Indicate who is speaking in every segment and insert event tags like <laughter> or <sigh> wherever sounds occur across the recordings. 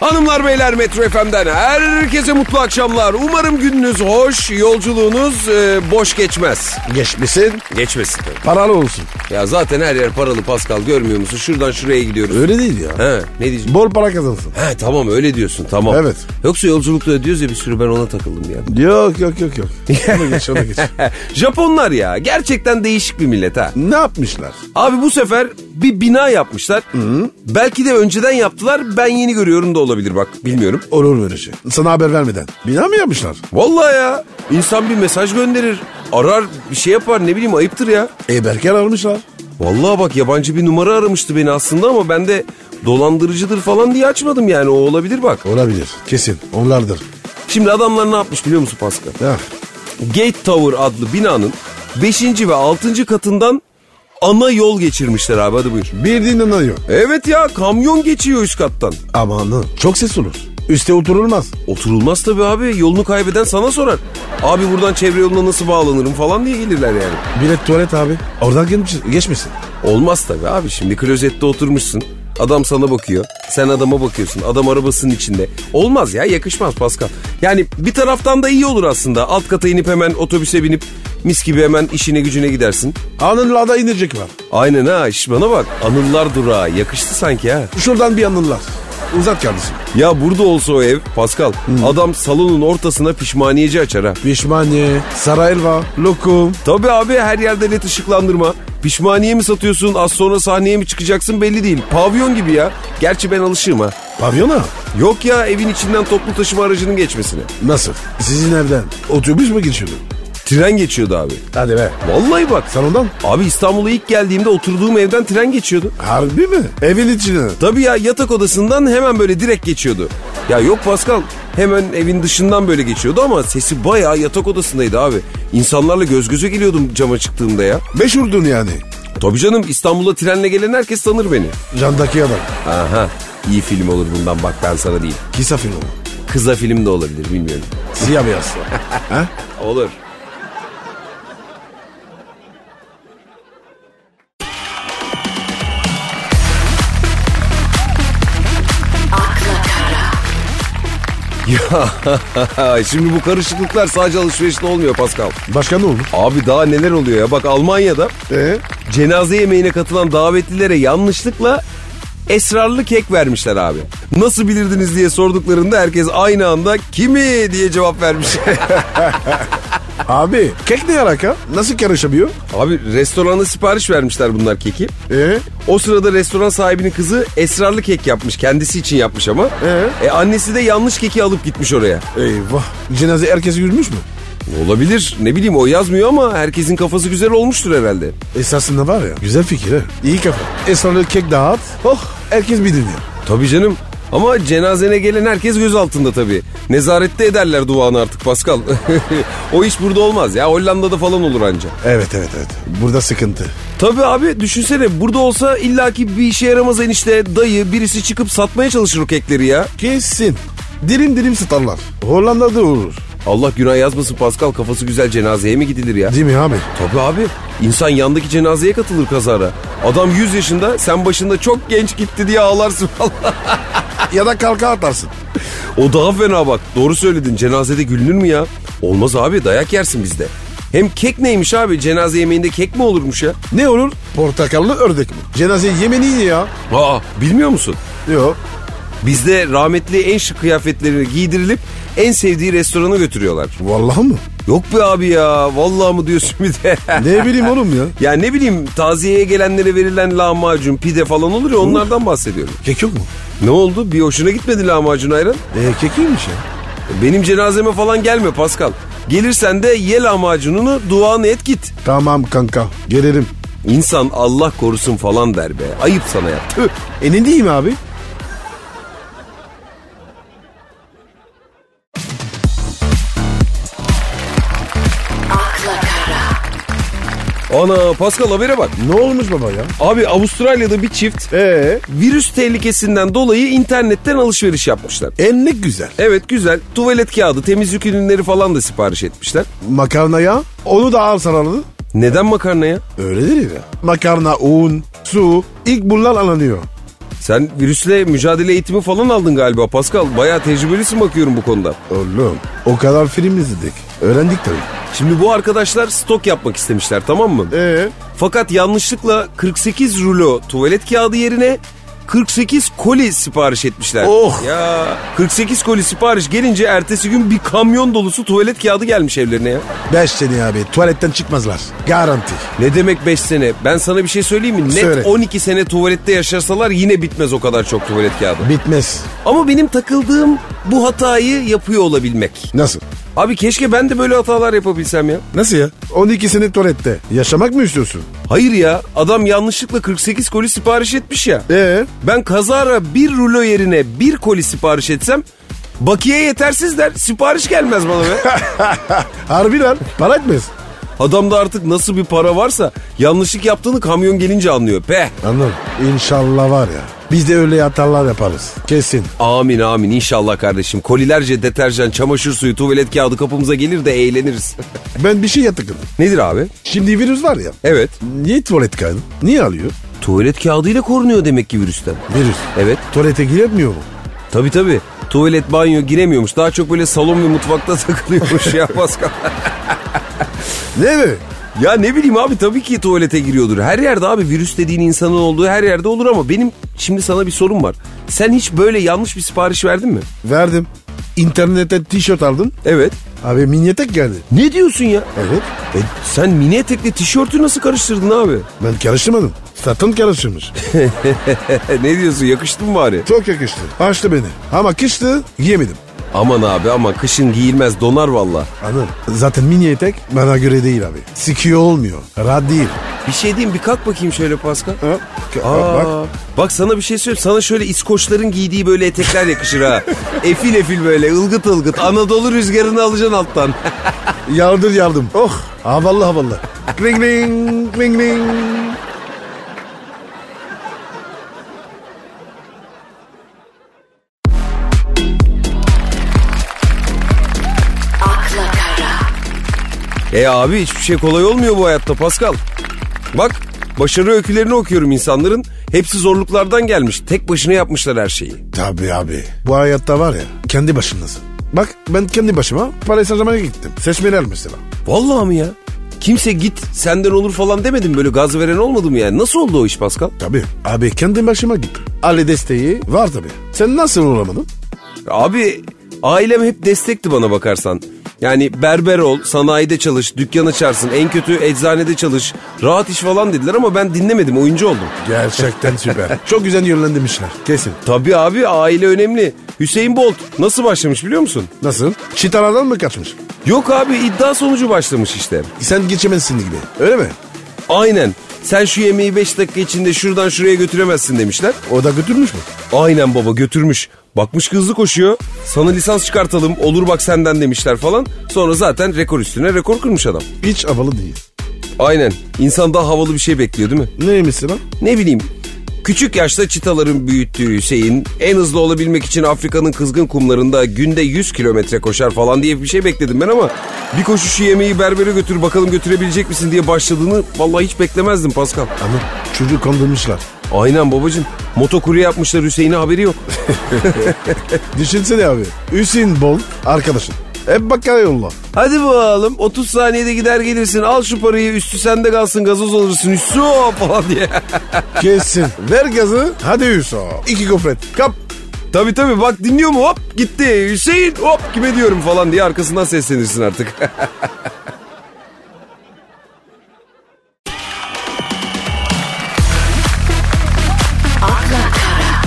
Speaker 1: Hanımlar beyler Metro FM'den herkese mutlu akşamlar. Umarım gününüz hoş, yolculuğunuz e, boş geçmez.
Speaker 2: Geçmesin
Speaker 1: Geçmesin.
Speaker 2: paralı olsun.
Speaker 1: Ya zaten her yer paralı Pascal görmüyor musun? Şuradan şuraya gidiyoruz.
Speaker 2: Öyle değil ya.
Speaker 1: He, ne diyeceğim?
Speaker 2: Bol para kazansın.
Speaker 1: He tamam öyle diyorsun tamam.
Speaker 2: Evet.
Speaker 1: Yoksa yolculukta diyoruz ya bir sürü ben ona takıldım ya.
Speaker 2: Yok yok yok <laughs> yok. Ona geç ona geç.
Speaker 1: He, Japonlar ya gerçekten değişik bir millet ha.
Speaker 2: ne yapmışlar?
Speaker 1: Abi bu sefer bir bina yapmışlar. Belki de önceden yaptılar ben yeni görüyorum da olabilir bak bilmiyorum.
Speaker 2: Olur böyle şey. Sana haber vermeden. Bina mı yapmışlar?
Speaker 1: Vallahi ya insan bir mesaj gönderir arar bir şey yapar ne bileyim ayıptır ya.
Speaker 2: E Berker almışlar.
Speaker 1: Vallahi bak yabancı bir numara aramıştı beni aslında ama ben de dolandırıcıdır falan diye açmadım yani o olabilir bak.
Speaker 2: Olabilir. Kesin. Onlardır.
Speaker 1: Şimdi adamlar ne yapmış biliyor musun Pascal?
Speaker 2: Ya.
Speaker 1: Gate Tower adlı binanın 5. ve 6. katından ana yol geçirmişler abi hadi buyur.
Speaker 2: Bir dinleniyor.
Speaker 1: Evet ya kamyon geçiyor üst kattan.
Speaker 2: Amanın. Çok ses olur. Üste oturulmaz.
Speaker 1: Oturulmaz tabii abi yolunu kaybeden sana sorar. Abi buradan çevre yoluna nasıl bağlanırım falan diye gelirler yani.
Speaker 2: Bilet tuvalet abi. Oradan gelmiş- geçmesin.
Speaker 1: Olmaz tabii abi şimdi klozette oturmuşsun. Adam sana bakıyor. Sen adama bakıyorsun. Adam arabasının içinde. Olmaz ya yakışmaz Pascal. Yani bir taraftan da iyi olur aslında. Alt kata inip hemen otobüse binip mis gibi hemen işine gücüne gidersin.
Speaker 2: Anılarda inecek var.
Speaker 1: Aynen ha iş bana bak. Anılar durağı yakıştı sanki ha.
Speaker 2: Şuradan bir anılar. Uzat kardeşim.
Speaker 1: Ya burada olsa o ev Pascal adam salonun ortasına pişmaniyeci açar ha.
Speaker 2: Pişmaniye, saray elva, lokum.
Speaker 1: Tabii abi her yerde led ışıklandırma. Pişmaniye mi satıyorsun az sonra sahneye mi çıkacaksın belli değil. Pavyon gibi ya. Gerçi ben alışığım ha.
Speaker 2: Pavyona.
Speaker 1: Yok ya evin içinden toplu taşıma aracının geçmesine.
Speaker 2: Nasıl? Sizin evden otobüs mü geçiyordu?
Speaker 1: Tren geçiyordu abi.
Speaker 2: Hadi be.
Speaker 1: Vallahi bak.
Speaker 2: Salondan?
Speaker 1: Abi İstanbul'a ilk geldiğimde oturduğum evden tren geçiyordu.
Speaker 2: Harbi mi? Evin içine.
Speaker 1: Tabii ya yatak odasından hemen böyle direkt geçiyordu. Ya yok Pascal hemen evin dışından böyle geçiyordu ama sesi bayağı yatak odasındaydı abi. İnsanlarla göz göze geliyordum cama çıktığımda ya.
Speaker 2: Meşhurdun yani.
Speaker 1: Tabii canım İstanbul'a trenle gelen herkes tanır beni.
Speaker 2: Candaki adam.
Speaker 1: Aha iyi film olur bundan bak ben sana değil.
Speaker 2: Kisa filmi.
Speaker 1: Kıza film de olabilir bilmiyorum.
Speaker 2: Siyah beyaz. ha?
Speaker 1: Olur. Ya <laughs> şimdi bu karışıklıklar sadece alışverişte olmuyor Pascal.
Speaker 2: Başka ne olur?
Speaker 1: Abi daha neler oluyor ya bak Almanya'da
Speaker 2: Ee?
Speaker 1: cenaze yemeğine katılan davetlilere yanlışlıkla esrarlı kek vermişler abi. Nasıl bilirdiniz diye sorduklarında herkes aynı anda kimi diye cevap vermiş. <laughs>
Speaker 2: Abi kek ne alaka? Nasıl karışabiliyor?
Speaker 1: Abi restorana sipariş vermişler bunlar keki.
Speaker 2: Ee?
Speaker 1: O sırada restoran sahibinin kızı esrarlı kek yapmış. Kendisi için yapmış ama.
Speaker 2: Ee?
Speaker 1: E, annesi de yanlış keki alıp gitmiş oraya.
Speaker 2: Eyvah. Cenaze herkes gülmüş mü?
Speaker 1: Olabilir. Ne bileyim o yazmıyor ama herkesin kafası güzel olmuştur herhalde.
Speaker 2: Esasında var ya. Güzel fikir ha. İyi kafa. Esrarlı kek dağıt. Oh herkes bir dinliyor.
Speaker 1: Tabii canım. Ama cenazene gelen herkes göz altında tabii. Nezarette ederler duanı artık Pascal. <laughs> o iş burada olmaz ya. Hollanda'da falan olur anca.
Speaker 2: Evet evet evet. Burada sıkıntı.
Speaker 1: Tabii abi düşünsene burada olsa illaki bir işe yaramaz enişte dayı birisi çıkıp satmaya çalışır o kekleri ya.
Speaker 2: Kesin. Dilim dilim satarlar. Hollanda'da olur.
Speaker 1: Allah günah yazmasın Pascal kafası güzel cenazeye mi gidilir ya?
Speaker 2: Değil mi abi?
Speaker 1: Tabii abi. İnsan yandaki cenazeye katılır kazara. Adam 100 yaşında sen başında çok genç gitti diye ağlarsın falan. <laughs>
Speaker 2: ya da kalka atarsın.
Speaker 1: o daha fena bak. Doğru söyledin cenazede gülünür mü ya? Olmaz abi dayak yersin bizde. Hem kek neymiş abi cenaze yemeğinde kek mi olurmuş ya?
Speaker 2: Ne olur? Portakallı ördek mi? Cenaze yemeni ya.
Speaker 1: Aa bilmiyor musun?
Speaker 2: Yok.
Speaker 1: Bizde rahmetli en şık kıyafetlerini giydirilip en sevdiği restorana götürüyorlar.
Speaker 2: Vallahi mı?
Speaker 1: Yok be abi ya vallahi mı diyorsun bir de. <laughs>
Speaker 2: Ne bileyim oğlum ya.
Speaker 1: ya ne bileyim taziyeye gelenlere verilen lahmacun pide falan olur ya onlardan bahsediyorum.
Speaker 2: Kek yok mu?
Speaker 1: Ne oldu? Bir hoşuna gitmedi lahmacun ayran.
Speaker 2: E, kek iyiymiş ya.
Speaker 1: Benim cenazeme falan gelme Pascal. Gelirsen de ye lahmacununu duanı et git.
Speaker 2: Tamam kanka. Gelirim.
Speaker 1: İnsan Allah korusun falan der be. Ayıp sana ya. Tüh.
Speaker 2: E ne diyeyim abi?
Speaker 1: Ana Pascal habere bak.
Speaker 2: Ne olmuş baba ya?
Speaker 1: Abi Avustralya'da bir çift
Speaker 2: Ee,
Speaker 1: virüs tehlikesinden dolayı internetten alışveriş yapmışlar.
Speaker 2: en ne güzel.
Speaker 1: Evet güzel. Tuvalet kağıdı, temizlik ürünleri falan da sipariş etmişler.
Speaker 2: Makarna ya. Onu da ağır sarardı.
Speaker 1: Neden makarna ya?
Speaker 2: Öyle değil ya. Makarna, un, su. ilk bunlar alınıyor.
Speaker 1: Sen virüsle mücadele eğitimi falan aldın galiba Pascal. Bayağı tecrübelisin bakıyorum bu konuda.
Speaker 2: Oğlum o kadar film izledik. Öğrendik tabii.
Speaker 1: Şimdi bu arkadaşlar stok yapmak istemişler tamam mı?
Speaker 2: Ee?
Speaker 1: Fakat yanlışlıkla 48 rulo tuvalet kağıdı yerine 48 koli sipariş etmişler.
Speaker 2: Oh!
Speaker 1: Ya 48 koli sipariş gelince ertesi gün bir kamyon dolusu tuvalet kağıdı gelmiş evlerine ya.
Speaker 2: Beş sene abi tuvaletten çıkmazlar. Garanti.
Speaker 1: Ne demek 5 sene? Ben sana bir şey söyleyeyim mi? Net
Speaker 2: Söyle.
Speaker 1: 12 sene tuvalette yaşasalar yine bitmez o kadar çok tuvalet kağıdı.
Speaker 2: Bitmez.
Speaker 1: Ama benim takıldığım bu hatayı yapıyor olabilmek.
Speaker 2: Nasıl?
Speaker 1: Abi keşke ben de böyle hatalar yapabilsem ya.
Speaker 2: Nasıl ya? 12 sene tuvalette. Yaşamak mı istiyorsun?
Speaker 1: Hayır ya adam yanlışlıkla 48 koli sipariş etmiş ya.
Speaker 2: Ee?
Speaker 1: Ben kazara bir rulo yerine bir koli sipariş etsem bakiye yetersiz der sipariş gelmez bana be.
Speaker 2: <laughs> Harbi lan. Para etmez.
Speaker 1: Adamda artık nasıl bir para varsa yanlışlık yaptığını kamyon gelince anlıyor. Peh
Speaker 2: Anladım. İnşallah var ya. Biz de öyle hatalar yaparız. Kesin.
Speaker 1: amin amin inşallah kardeşim. Kolilerce deterjan, çamaşır suyu, tuvalet kağıdı kapımıza gelir de eğleniriz.
Speaker 2: Ben bir şey yatıkladım.
Speaker 1: Nedir abi?
Speaker 2: Şimdi virüs var ya.
Speaker 1: Evet.
Speaker 2: Niye tuvalet kağıdı? Niye alıyor?
Speaker 1: Tuvalet kağıdıyla korunuyor demek ki virüsten.
Speaker 2: Virüs.
Speaker 1: Evet.
Speaker 2: Tuvalete giremiyor mu?
Speaker 1: Tabi tabi. Tuvalet banyo giremiyormuş. Daha çok böyle salon ve mutfakta <laughs> takılıyormuş ya Pascal.
Speaker 2: Ne mi?
Speaker 1: Ya ne bileyim abi tabii ki tuvalete giriyordur. Her yerde abi virüs dediğin insanın olduğu her yerde olur ama benim şimdi sana bir sorum var. Sen hiç böyle yanlış bir sipariş verdin mi?
Speaker 2: Verdim. İnternette tişört aldın.
Speaker 1: Evet.
Speaker 2: Abi minyetek geldi.
Speaker 1: Ne diyorsun ya?
Speaker 2: Evet.
Speaker 1: E, sen mini etekle tişörtü nasıl karıştırdın abi? <laughs>
Speaker 2: Ben karıştırmadım. Satın <laughs> karıştırmış.
Speaker 1: ne diyorsun yakıştı mı bari?
Speaker 2: Çok yakıştı. Açtı beni. Ama kıştı giyemedim.
Speaker 1: Aman abi ama kışın giyilmez donar valla.
Speaker 2: Anladım. Zaten mini etek bana göre değil abi. Sikiyor olmuyor. Rahat değil.
Speaker 1: Bir şey diyeyim bir kalk bakayım şöyle Pascal.
Speaker 2: Ha?
Speaker 1: Aa,
Speaker 2: Bak.
Speaker 1: bak. sana bir şey söyleyeyim. Sana şöyle İskoçların giydiği böyle etekler yakışır ha. efil efil böyle ılgıt ılgıt. Anadolu rüzgarını alacaksın alttan. <laughs>
Speaker 2: Yardır yardım. Oh havalı havalı. ring ring ring ring.
Speaker 3: akla kara,
Speaker 1: E abi hiçbir şey kolay olmuyor bu hayatta Pascal. Bak başarı öykülerini okuyorum insanların. Hepsi zorluklardan gelmiş. Tek başına yapmışlar her şeyi.
Speaker 2: Tabii abi. Bu hayatta var ya kendi başındasın. Bak ben kendi başıma Paris Saint Germain'e gittim. Seçmeler mesela.
Speaker 1: Vallahi mi ya? Kimse git senden olur falan demedim böyle gaz veren olmadı mı yani? Nasıl oldu o iş Pascal?
Speaker 2: Tabii. Abi kendi başıma gittim. Aile desteği var tabii. Sen nasıl olamadın?
Speaker 1: Abi ailem hep destekti bana bakarsan. Yani berber ol, sanayide çalış, dükkan açarsın, en kötü eczanede çalış, rahat iş falan dediler ama ben dinlemedim, oyuncu oldum.
Speaker 2: Gerçekten süper. Çok güzel yönlendirmişler. Kesin.
Speaker 1: Tabii abi aile önemli. Hüseyin Bolt nasıl başlamış biliyor musun?
Speaker 2: Nasıl? Çitalardan mı kaçmış?
Speaker 1: Yok abi iddia sonucu başlamış işte.
Speaker 2: Sen geçemezsin gibi. Öyle mi?
Speaker 1: Aynen. Sen şu yemeği 5 dakika içinde şuradan şuraya götüremezsin demişler.
Speaker 2: O da götürmüş mü?
Speaker 1: Aynen baba götürmüş. Bakmış ki hızlı koşuyor. Sana lisans çıkartalım olur bak senden demişler falan. Sonra zaten rekor üstüne rekor kırmış adam.
Speaker 2: Hiç havalı değil.
Speaker 1: Aynen. İnsan daha havalı bir şey bekliyor değil mi?
Speaker 2: Neymişsin lan?
Speaker 1: Ne bileyim. Küçük yaşta çitaların büyüttüğü Hüseyin en hızlı olabilmek için Afrika'nın kızgın kumlarında günde 100 kilometre koşar falan diye bir şey bekledim ben ama bir koşuşu yemeği berbere götür bakalım götürebilecek misin diye başladığını vallahi hiç beklemezdim Pascal.
Speaker 2: Ama çocuğu kandırmışlar.
Speaker 1: Aynen babacığım. Motokurye yapmışlar Hüseyin'e haberi yok. <laughs>
Speaker 2: Düşünsene abi. Hüseyin Bol arkadaşın. E, Hep bakkala yolla.
Speaker 1: Hadi bakalım 30 saniyede gider gelirsin al şu parayı üstü sende kalsın gazoz alırsın üstü o falan diye.
Speaker 2: Kesin. Ver gazı. Hadi Hüso. İki gofret. Kap.
Speaker 1: tabii tabii bak dinliyor mu hop gitti Hüseyin hop kime diyorum falan diye arkasından seslenirsin artık. <laughs>
Speaker 3: akla kara,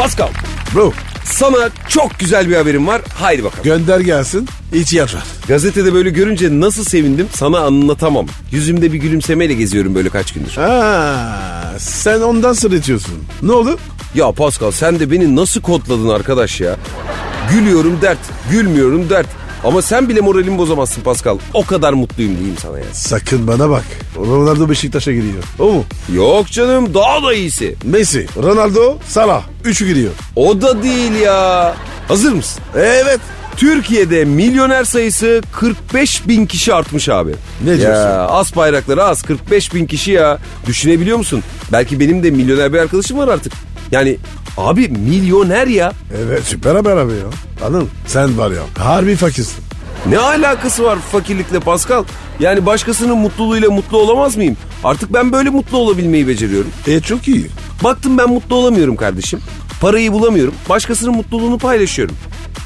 Speaker 1: Pascal
Speaker 2: Bro.
Speaker 1: sana çok güzel bir haberim var haydi bakalım.
Speaker 2: Gönder gelsin. İç yatar.
Speaker 1: Gazetede böyle görünce nasıl sevindim sana anlatamam. Yüzümde bir gülümsemeyle geziyorum böyle kaç gündür.
Speaker 2: Ha, sen ondan sır etiyorsun. Ne oldu?
Speaker 1: Ya Pascal sen de beni nasıl kodladın arkadaş ya? Gülüyorum dert, gülmüyorum dert. Ama sen bile moralimi bozamazsın Pascal. O kadar mutluyum diyeyim sana yani.
Speaker 2: Sakın bana bak. Ronaldo Beşiktaş'a giriyor. O mu?
Speaker 1: Yok canım daha da iyisi.
Speaker 2: Messi, Ronaldo, Salah. Üçü giriyor.
Speaker 1: O da değil ya. Hazır mısın?
Speaker 2: Evet.
Speaker 1: Türkiye'de milyoner sayısı 45 bin kişi artmış abi.
Speaker 2: Ne diyorsun?
Speaker 1: Ya, az bayrakları az 45 bin kişi ya. Düşünebiliyor musun? Belki benim de milyoner bir arkadaşım var artık. Yani abi milyoner ya.
Speaker 2: Evet süper haber abi ya. Anladın Sen var ya harbi fakirsin.
Speaker 1: Ne alakası var fakirlikle Pascal? Yani başkasının mutluluğuyla mutlu olamaz mıyım? Artık ben böyle mutlu olabilmeyi beceriyorum.
Speaker 2: E çok iyi.
Speaker 1: Baktım ben mutlu olamıyorum kardeşim. Parayı bulamıyorum. Başkasının mutluluğunu paylaşıyorum.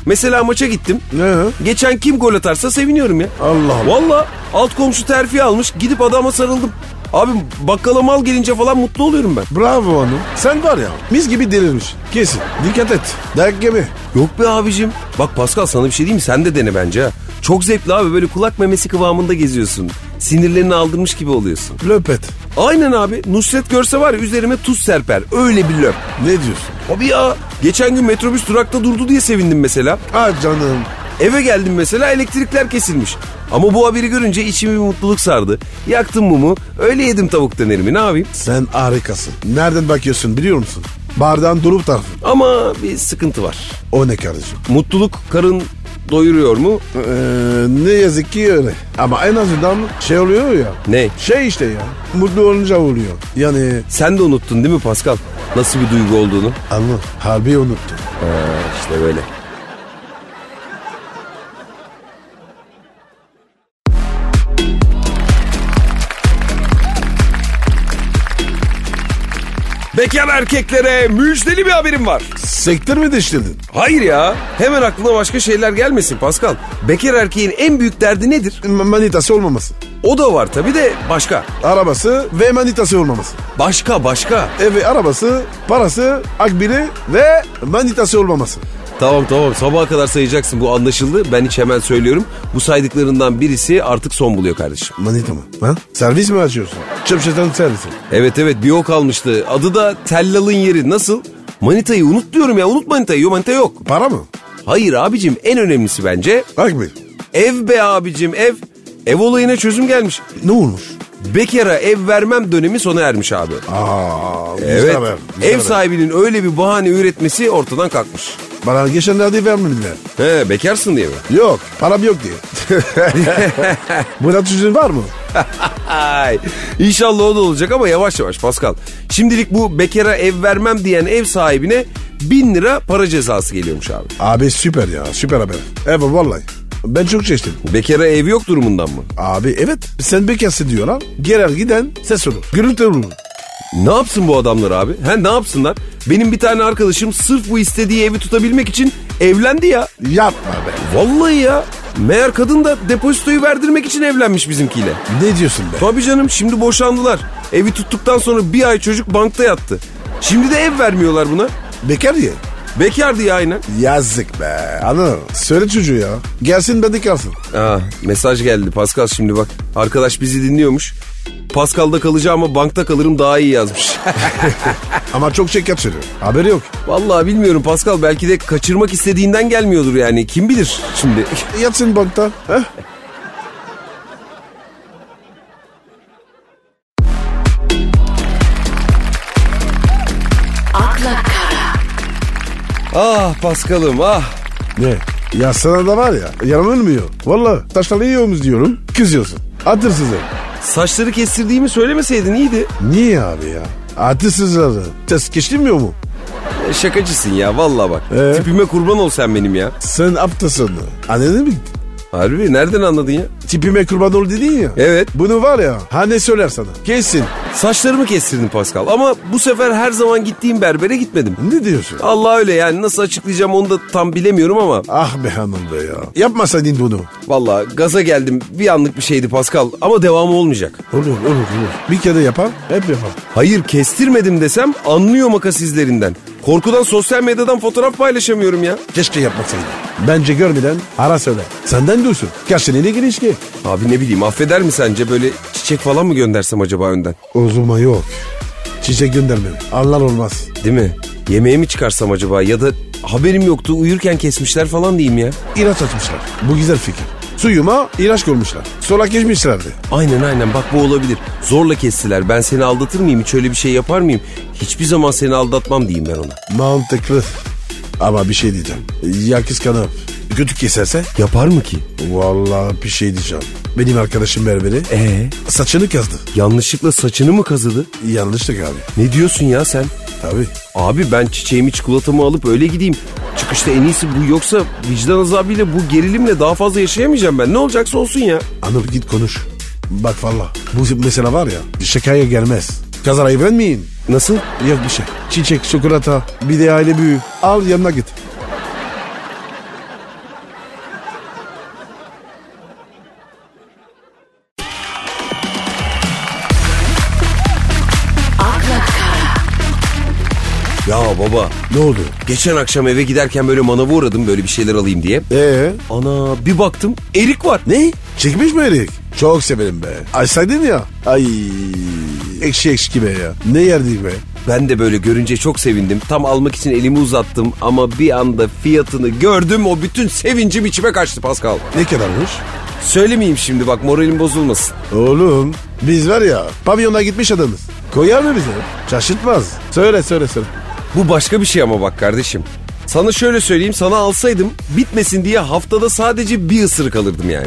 Speaker 1: Mesela maça gittim.
Speaker 2: Ne?
Speaker 1: Geçen kim gol atarsa seviniyorum ya.
Speaker 2: Allah Allah.
Speaker 1: Valla alt komşu terfi almış gidip adama sarıldım. Abi bakkala mal gelince falan mutlu oluyorum ben.
Speaker 2: Bravo hanım. Sen var ya mis gibi delirmiş. Kesin. Dikkat et. Dayak gibi.
Speaker 1: Yok be abicim. Bak Pascal sana bir şey diyeyim mi? Sen de dene bence ha. Çok zevkli abi böyle kulak memesi kıvamında geziyorsun. Sinirlerini aldırmış gibi oluyorsun.
Speaker 2: Löpet.
Speaker 1: Aynen abi Nusret görse var ya üzerime tuz serper. Öyle bir löp.
Speaker 2: Ne diyorsun?
Speaker 1: Abi ya geçen gün metrobüs durakta durdu diye sevindim mesela.
Speaker 2: Ah canım.
Speaker 1: Eve geldim mesela elektrikler kesilmiş. Ama bu haberi görünce içimi bir mutluluk sardı. Yaktım mumu öyle yedim tavuk dönerimi ne yapayım?
Speaker 2: Sen harikasın. Nereden bakıyorsun biliyor musun? Bardağın durup tarafı.
Speaker 1: Ama bir sıkıntı var.
Speaker 2: O ne kardeşim?
Speaker 1: Mutluluk karın doyuruyor mu?
Speaker 2: Ee, ne yazık ki öyle. Ama en azından şey oluyor ya.
Speaker 1: Ne?
Speaker 2: Şey işte ya. Mutlu olunca oluyor. Yani
Speaker 1: Sen de unuttun değil mi Pascal? Nasıl bir duygu olduğunu?
Speaker 2: anladım. Harbi unuttum.
Speaker 1: İşte böyle. Bekar erkeklere müjdeli bir haberim var.
Speaker 2: Sektör mü değiştirdin?
Speaker 1: Hayır ya. Hemen aklına başka şeyler gelmesin Pascal. Bekar erkeğin en büyük derdi nedir?
Speaker 2: Ma- Manitası olmaması.
Speaker 1: O da var tabii de başka.
Speaker 2: Arabası ve manitası olmaması.
Speaker 1: Başka başka.
Speaker 2: Evi arabası, parası, akbili ve manitası olmaması.
Speaker 1: Tamam tamam sabaha kadar sayacaksın bu anlaşıldı. Ben hiç hemen söylüyorum. Bu saydıklarından birisi artık son buluyor kardeşim.
Speaker 2: Manita mı? Ha? Servis mi açıyorsun? Çöpçeten servisi.
Speaker 1: Evet evet bir o kalmıştı. Adı da Tellal'ın yeri. Nasıl? Manitayı unut diyorum ya unut manitayı. Yo manita yok.
Speaker 2: Para mı?
Speaker 1: Hayır abicim en önemlisi bence
Speaker 2: Akbil.
Speaker 1: ev be abicim ev. Ev olayına çözüm gelmiş.
Speaker 2: Ne olmuş?
Speaker 1: Bekara ev vermem dönemi sona ermiş abi.
Speaker 2: Aa, güzel
Speaker 1: Evet.
Speaker 2: haber, güzel
Speaker 1: Ev
Speaker 2: haber.
Speaker 1: sahibinin öyle bir bahane üretmesi ortadan kalkmış.
Speaker 2: Bana geçenlerde vermediler.
Speaker 1: He bekarsın diye mi?
Speaker 2: Yok, param yok
Speaker 1: <laughs>
Speaker 2: diye. Buna çözüm var mı?
Speaker 1: Ay, İnşallah o da olacak ama yavaş yavaş Pascal. Şimdilik bu bekara ev vermem diyen ev sahibine bin lira para cezası geliyormuş abi.
Speaker 2: Abi süper ya, süper haber. Evet vallahi. Ben çok çeşitli.
Speaker 1: Bekara ev yok durumundan mı?
Speaker 2: Abi evet, sen bekarsın diyorlar. Girer giden ses olur. Gürültü olur.
Speaker 1: Ne yapsın bu adamlar abi? He ne yapsınlar? Benim bir tane arkadaşım sırf bu istediği evi tutabilmek için evlendi ya.
Speaker 2: Yapma be.
Speaker 1: Vallahi ya. Meğer kadın da depozitoyu verdirmek için evlenmiş bizimkiyle.
Speaker 2: Ne diyorsun be?
Speaker 1: Tabii canım şimdi boşandılar. Evi tuttuktan sonra bir ay çocuk bankta yattı. Şimdi de ev vermiyorlar buna.
Speaker 2: Bekar ya.
Speaker 1: Bekardı ya aynen.
Speaker 2: Yazık be. Anladın mı? Söyle çocuğu ya. Gelsin ben de kalsın.
Speaker 1: Aa, Ah, mesaj geldi Pascal şimdi bak. Arkadaş bizi dinliyormuş. Pascal'da kalacağım ama bankta kalırım daha iyi yazmış. <laughs>
Speaker 2: Ama çok şey kaçırıyor. Haberi yok.
Speaker 1: Vallahi bilmiyorum Pascal belki de kaçırmak istediğinden gelmiyordur yani. Kim bilir şimdi. <laughs>
Speaker 2: Yatsın bankta. Heh.
Speaker 3: akla kara,
Speaker 1: ah Pascal'ım ah.
Speaker 2: Ne? Ya sana da var ya. Yalan ölmüyor. Valla taşlarla yiyoruz diyorum. Kızıyorsun. Atırsızı.
Speaker 1: Saçları kestirdiğimi söylemeseydin iyiydi.
Speaker 2: Niye abi ya? Atırsızları. Ses geçilmiyor mu?
Speaker 1: E, Şakacısın ya vallahi bak.
Speaker 2: Ee?
Speaker 1: Tipime kurban ol sen benim ya.
Speaker 2: Sen aptasın. Anladın mı?
Speaker 1: Harbi nereden anladın ya?
Speaker 2: Tipime kurban ol dedin ya.
Speaker 1: Evet.
Speaker 2: Bunu var ya. Ha ne söyler sana? Kesin.
Speaker 1: Saçlarımı kestirdin Pascal ama bu sefer her zaman gittiğim berbere gitmedim.
Speaker 2: Ne diyorsun?
Speaker 1: Allah öyle yani nasıl açıklayacağım onu da tam bilemiyorum ama
Speaker 2: Ah be hanım be ya. Yapmasaydın bunu.
Speaker 1: Valla gaza geldim bir anlık bir şeydi Pascal ama devamı olmayacak.
Speaker 2: Olur olur olur. Bir kere yapar hep yapar.
Speaker 1: Hayır kestirmedim desem anlıyor makas izlerinden. Korkudan sosyal medyadan fotoğraf paylaşamıyorum ya.
Speaker 2: Keşke yapmasaydı. Bence görmeden ara söyle. Senden duysun. Karşına ne ilişki?
Speaker 1: Abi ne bileyim affeder mi sence böyle çiçek falan mı göndersem acaba önden?
Speaker 2: O zaman yok. Çiçek göndermem. Allah olmaz.
Speaker 1: Değil mi? Yemeğe mi çıkarsam acaba ya da haberim yoktu uyurken kesmişler falan diyeyim ya.
Speaker 2: İlaç atmışlar. Bu güzel fikir. Suyuma ilaç koymuşlar. Sola geçmişlerdi.
Speaker 1: Aynen aynen bak bu olabilir. Zorla kestiler ben seni aldatır mıyım hiç öyle bir şey yapar mıyım? Hiçbir zaman seni aldatmam diyeyim ben ona.
Speaker 2: Mantıklı. Ama bir şey diyeceğim. Ya kıskanıp Götü keserse
Speaker 1: Yapar mı ki?
Speaker 2: vallahi bir şey diyeceğim. Benim arkadaşım berberi
Speaker 1: Ee,
Speaker 2: saçını kazdı.
Speaker 1: yanlışlıkla saçını mı kazıdı?
Speaker 2: Yanlışlık abi.
Speaker 1: Ne diyorsun ya sen?
Speaker 2: Tabii.
Speaker 1: Abi ben çiçeğimi çikolatamı alıp öyle gideyim. Çıkışta en iyisi bu yoksa vicdan azabıyla bu gerilimle daha fazla yaşayamayacağım ben. Ne olacaksa olsun ya.
Speaker 2: Anıl git konuş. Bak valla bu mesela var ya şakaya gelmez. Kazara evlenmeyin.
Speaker 1: Nasıl?
Speaker 2: Yok bir şey. Çiçek, çikolata, bir de aile büyüğü. Al yanına git.
Speaker 1: Ya baba
Speaker 2: Ne oldu?
Speaker 1: geçen akşam eve giderken böyle manava uğradım böyle bir şeyler alayım diye.
Speaker 2: Ee,
Speaker 1: Ana bir baktım erik var.
Speaker 2: ne? Çekmiş mi erik? Çok severim be. Açsaydın ya. Ay. Ekşi ekşi be ya. Ne yerdik be?
Speaker 1: Ben de böyle görünce çok sevindim. Tam almak için elimi uzattım ama bir anda fiyatını gördüm. O bütün sevincim içime kaçtı Pascal.
Speaker 2: Ne kadarmış?
Speaker 1: Söylemeyeyim şimdi bak moralim bozulmasın.
Speaker 2: Oğlum biz var ya pavyona gitmiş adamız. Koyar mı bize? Şaşırtmaz. Söyle söyle söyle.
Speaker 1: Bu başka bir şey ama bak kardeşim. Sana şöyle söyleyeyim sana alsaydım bitmesin diye haftada sadece bir ısırık alırdım yani.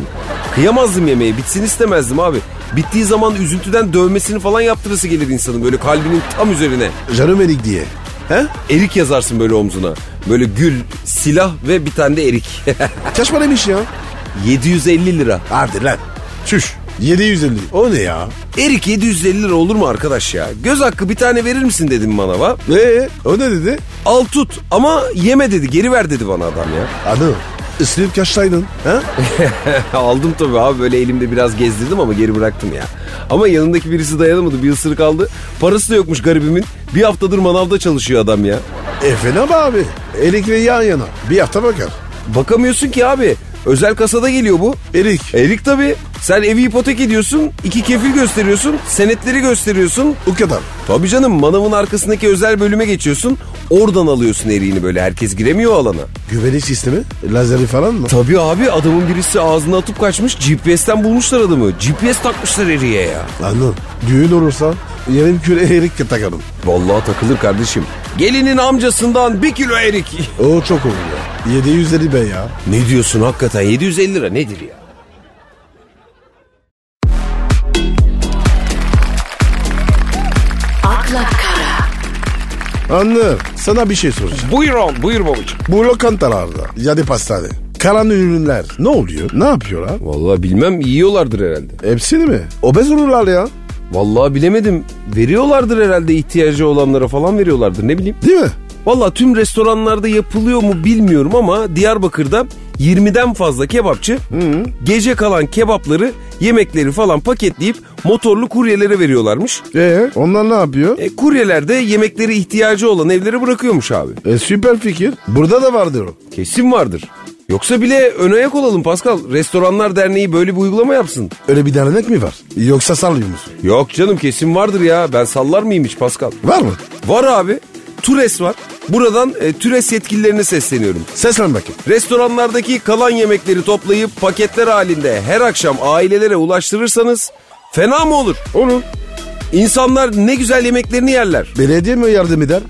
Speaker 1: Kıyamazdım yemeğe bitsin istemezdim abi. Bittiği zaman üzüntüden dövmesini falan yaptırısı gelir insanın böyle kalbinin tam üzerine.
Speaker 2: Canım erik diye. He?
Speaker 1: Erik yazarsın böyle omzuna. Böyle gül, silah ve bir tane de erik. <laughs>
Speaker 2: Kaç paraymış ya?
Speaker 1: 750 lira.
Speaker 2: Hadi lan. Çüş. 750. O ne ya?
Speaker 1: Erik 750 lira olur mu arkadaş ya? Göz hakkı bir tane verir misin dedim manava.
Speaker 2: Ee, o ne dedi?
Speaker 1: Al tut ama yeme dedi geri ver dedi bana adam ya.
Speaker 2: Anı. Isırıp kaçtaydın. He?
Speaker 1: <laughs> Aldım tabii abi böyle elimde biraz gezdirdim ama geri bıraktım ya. Ama yanındaki birisi dayanamadı bir ısırık aldı. Parası da yokmuş garibimin. Bir haftadır manavda çalışıyor adam ya.
Speaker 2: E fena be abi. Erik ve yan yana. Bir hafta bakar.
Speaker 1: Bakamıyorsun ki abi. Özel kasada geliyor bu.
Speaker 2: Erik.
Speaker 1: Erik tabii. Sen evi ipotek ediyorsun. iki kefil gösteriyorsun. Senetleri gösteriyorsun.
Speaker 2: o kadar.
Speaker 1: Tabii canım manavın arkasındaki özel bölüme geçiyorsun. Oradan alıyorsun eriğini böyle. Herkes giremiyor o alana.
Speaker 2: Güvenlik sistemi? Lazeri falan mı?
Speaker 1: Tabii abi adamın birisi ağzına atıp kaçmış. GPS'ten bulmuşlar adamı. GPS takmışlar eriğe ya.
Speaker 2: Anı. Düğün olursa yarım kilo erik <laughs> takarım.
Speaker 1: Vallahi takılır kardeşim. Gelinin amcasından bir kilo erik.
Speaker 2: O çok olur ya. 750 be ya.
Speaker 1: <laughs> Ne diyorsun hakikaten 750 lira nedir ya?
Speaker 3: akla kara,
Speaker 2: Anı. Sana bir şey soracağım.
Speaker 1: Buyur oğlum buyur babacığım.
Speaker 2: Bu lokantalarda ya da pastane. Kalan ürünler ne oluyor? Ne yapıyorlar?
Speaker 1: Vallahi bilmem yiyorlardır herhalde.
Speaker 2: Hepsini mi? Obez olurlar ya.
Speaker 1: Vallahi bilemedim. Veriyorlardır herhalde ihtiyacı olanlara falan veriyorlardır ne bileyim.
Speaker 2: Değil mi?
Speaker 1: Vallahi tüm restoranlarda yapılıyor mu bilmiyorum ama Diyarbakır'da 20'den fazla kebapçı gece kalan kebapları yemekleri falan paketleyip motorlu kuryelere veriyorlarmış.
Speaker 2: Ee, onlar ne yapıyor?
Speaker 1: E, kuryeler de yemekleri ihtiyacı olan evlere bırakıyormuş abi.
Speaker 2: E, süper fikir. Burada da var diyorum.
Speaker 1: Kesin vardır. Yoksa bile ön ayak olalım Pascal. Restoranlar Derneği böyle bir uygulama yapsın.
Speaker 2: Öyle bir dernek mi var? Yoksa sallıyor musun?
Speaker 1: Yok canım kesin vardır ya. Ben sallar mıyım hiç Pascal?
Speaker 2: Var mı?
Speaker 1: Var abi. Tures var. Buradan e, Tures yetkililerine sesleniyorum.
Speaker 2: Seslen bakayım.
Speaker 1: Restoranlardaki kalan yemekleri toplayıp paketler halinde her akşam ailelere ulaştırırsanız fena mı olur?
Speaker 2: Olur.
Speaker 1: İnsanlar ne güzel yemeklerini yerler.
Speaker 2: Belediye mi yardım eder?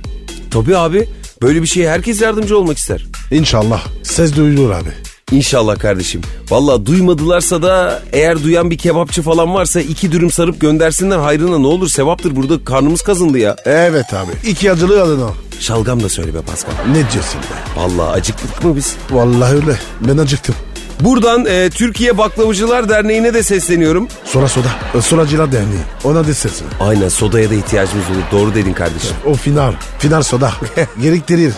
Speaker 1: Tabii abi. Böyle bir şeye herkes yardımcı olmak ister.
Speaker 2: İnşallah. Ses duyulur abi.
Speaker 1: İnşallah kardeşim. Valla duymadılarsa da eğer duyan bir kebapçı falan varsa iki dürüm sarıp göndersinler hayrına ne olur sevaptır burada karnımız kazındı ya.
Speaker 2: Evet abi. İki acılı adına.
Speaker 1: Şalgam da söyle be Pascal.
Speaker 2: Ne diyorsun be?
Speaker 1: Valla acıktık mı biz?
Speaker 2: Vallahi öyle. Ben acıktım.
Speaker 1: Buradan e, Türkiye Baklavacılar Derneği'ne de sesleniyorum.
Speaker 2: Sola soda. E, Solacılar derneği. Ona da ses ver.
Speaker 1: Aynen sodaya da ihtiyacımız olur. Doğru dedin kardeşim.
Speaker 2: O final. Final soda. <laughs> Gerektirir.